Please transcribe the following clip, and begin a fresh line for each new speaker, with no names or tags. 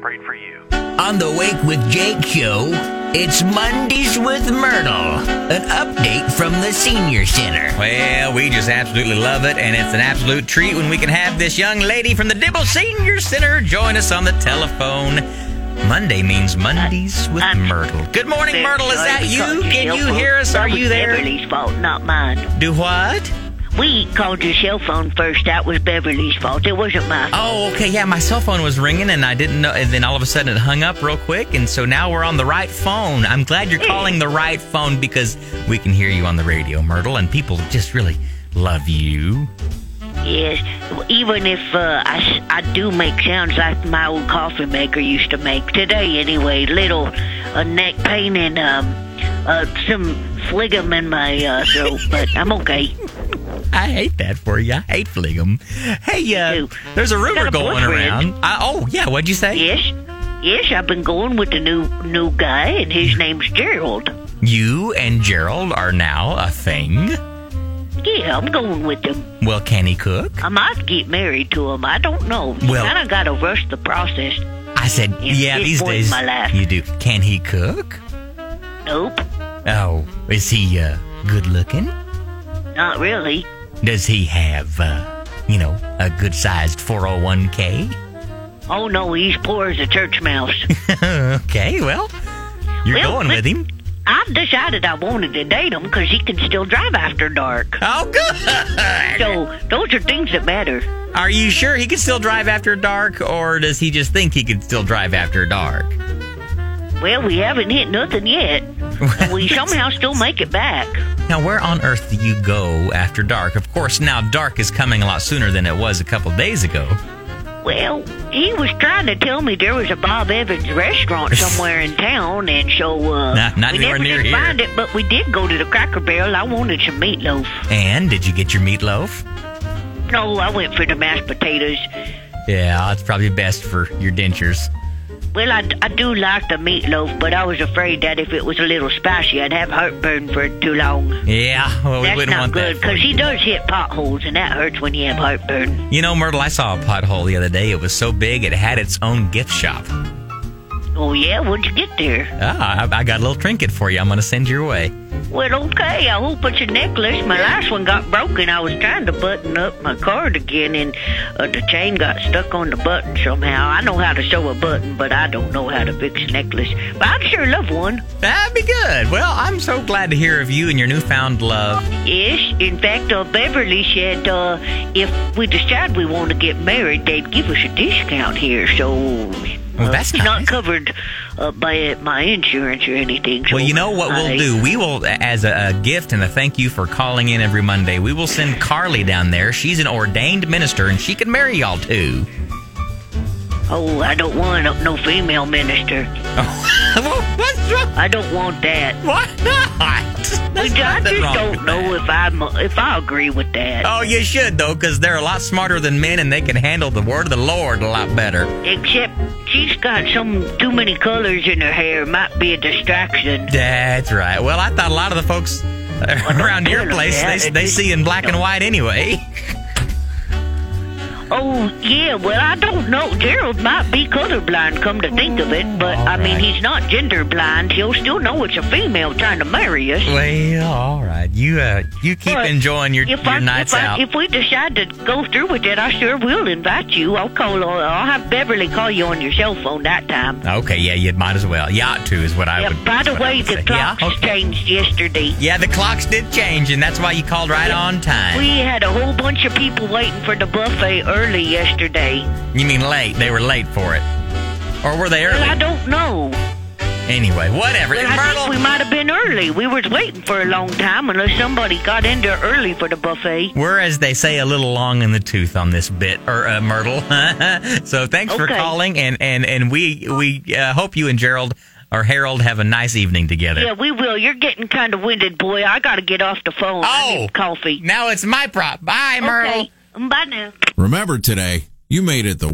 prayed for you.
On the Wake with Jake show, it's Mondays with Myrtle, an update from the Senior Center.
Well, we just absolutely love it, and it's an absolute treat when we can have this young lady from the Dibble Senior Center join us on the telephone. Monday means Mondays with
I'm-
Myrtle. Uh, Good morning,
Very
Myrtle. Is
sorry
that
we
you?
called
Can
cell
you
phone.
hear us?
That
Are
was
you there?
Beverly's fault, not mine.
Do what?
We called your cell phone first. That was Beverly's fault. It wasn't my fault.
Oh, okay. Yeah, my cell phone was ringing, and I didn't know. And then all of a sudden, it hung up real quick. And so now we're on the right phone. I'm glad you're calling the right phone because we can hear you on the radio, Myrtle, and people just really love you.
Yes. Even if uh, I, s- I do make sounds like my old coffee maker used to make today, anyway, little uh, neck pain and um, uh, some phlegm in my uh, throat, but I'm okay.
I hate that for you. I hate phlegm. Hey, uh,
too.
there's a rumor
Got a
going
boyfriend.
around. I, oh, yeah. What'd you say?
Yes. Yes, I've been going with the new new guy, and his name's Gerald.
You and Gerald are now a thing.
Yeah, I'm going with him.
Well, can he cook?
I might get married to him. I don't know.
Well-
kind of got to rush the process.
I said,
Yes,
yeah.
this
These
point in
days,
my life.
you do. Can he cook?
Nope,
Oh, is he uh, good looking?
not really.
Does he have, uh, you know, a good sized 401k?
Oh no, he's poor as a church mouse.
okay, well, you're
Well,
going
but-
with him.
I've decided I wanted to date him because he can still drive after dark.
Oh, good.
So those are things that matter.
Are you sure he can still drive after dark, or does he just think he can still drive after dark?
Well, we haven't hit nothing yet. We somehow still make it back.
Now, where on earth do you go after dark? Of course, now dark is coming a lot sooner than it was a couple days ago.
Well, he was trying to tell me there was a Bob Evans restaurant somewhere in town, and so uh,
Not- not
we
anywhere
never
near
did
here.
find it. But we did go to the Cracker Barrel. I wanted some meatloaf.
And did you get your meatloaf?
No, I went for the mashed potatoes.
Yeah, it's probably best for your dentures.
Well, I, I do like the meatloaf, but I was afraid that if it was a little spicy, I'd have heartburn for too long.
Yeah, well, we
That's
Oh, wouldn't
not
want
good
that. for
because
you.
he does hit potholes, and that hurts when you have heartburn.
You know, Myrtle, I saw a pothole the other day. It was so big, it had its own gift shop.
Oh yeah, when'd you get there?
Ah, I, I got a little trinket for you. I'm going to send your way.
Well, okay, I hope it's a necklace. My last one got broken. I was trying to button up my cardigan, and uh, the chain got stuck on the button somehow. I know how to sew a button, but I don't know how to fix a necklace. But I'd sure love one.
That'd be good. Well, I'm so glad to hear of you and your newfound love.
Yes, in fact, uh, Beverly said uh, if we decide we want to get married, they'd give us a discount here. So
Well,
uh,
Oh, that's
it's not
nice.
covered uh, by my insurance or anything. So
Well, you know what
I-
we'll do? We will, as a, a gift and a thank you for calling in every Monday, we will send Carly down there. She's an ordained minister and she can marry y'all too.
Oh, I don't want no female minister.
Oh, what's wrong?
I don't want that.
Why not? There's
I
nothing
just
wrong
don't
with
know
that.
if I'm if I agree with that.
Oh, you should, though, because they're a lot smarter than men and they can handle the word of the Lord a lot better.
Except she's got some too many colors in her hair. Might be a distraction.
That's right. Well, I thought a lot of the folks around your
tell 'em
place,
that.
they, they see in black and white anyway.
Oh yeah, well I don't know. Gerald might be colorblind, come to think of it, but I mean
right.
he's not gender blind. He'll still know it's a female trying to marry us.
Well, all right. You uh, you keep
But
enjoying your, your
I,
nights
if I,
out.
If we decide to go through with it, I sure will invite you. I'll call. uh, I'll have Beverly call you on your cell phone that time.
okay, yeah, you might as well. You ought to is what I
Yeah,
would.
by
is
the
what I
way,
would
the
say.
clocks
Yeah, okay.
changed yesterday.
yeah, the clocks did change, and that's why you called right on time.
We had a whole bunch of people waiting for the buffet early yesterday.
you mean late? They were late for it, or were they
Well, I
early?
don't know.
Anyway, whatever.
Well, I
Myrtle,
think we might have been early. We was waiting for a long time unless somebody got in there early for the buffet.
We're, as they say, a little long in the tooth on this bit, or uh, Myrtle. so thanks for
Okay.
calling, and and and we we uh, hope you and Gerald or Harold have a nice evening together.
Yeah, we will. You're getting kind of winded, boy. I got to get off the phone. I
Oh.
need coffee.
Now it's my prop. Bye, Myrtle.
Okay. Bye now.
Remember today, you made it the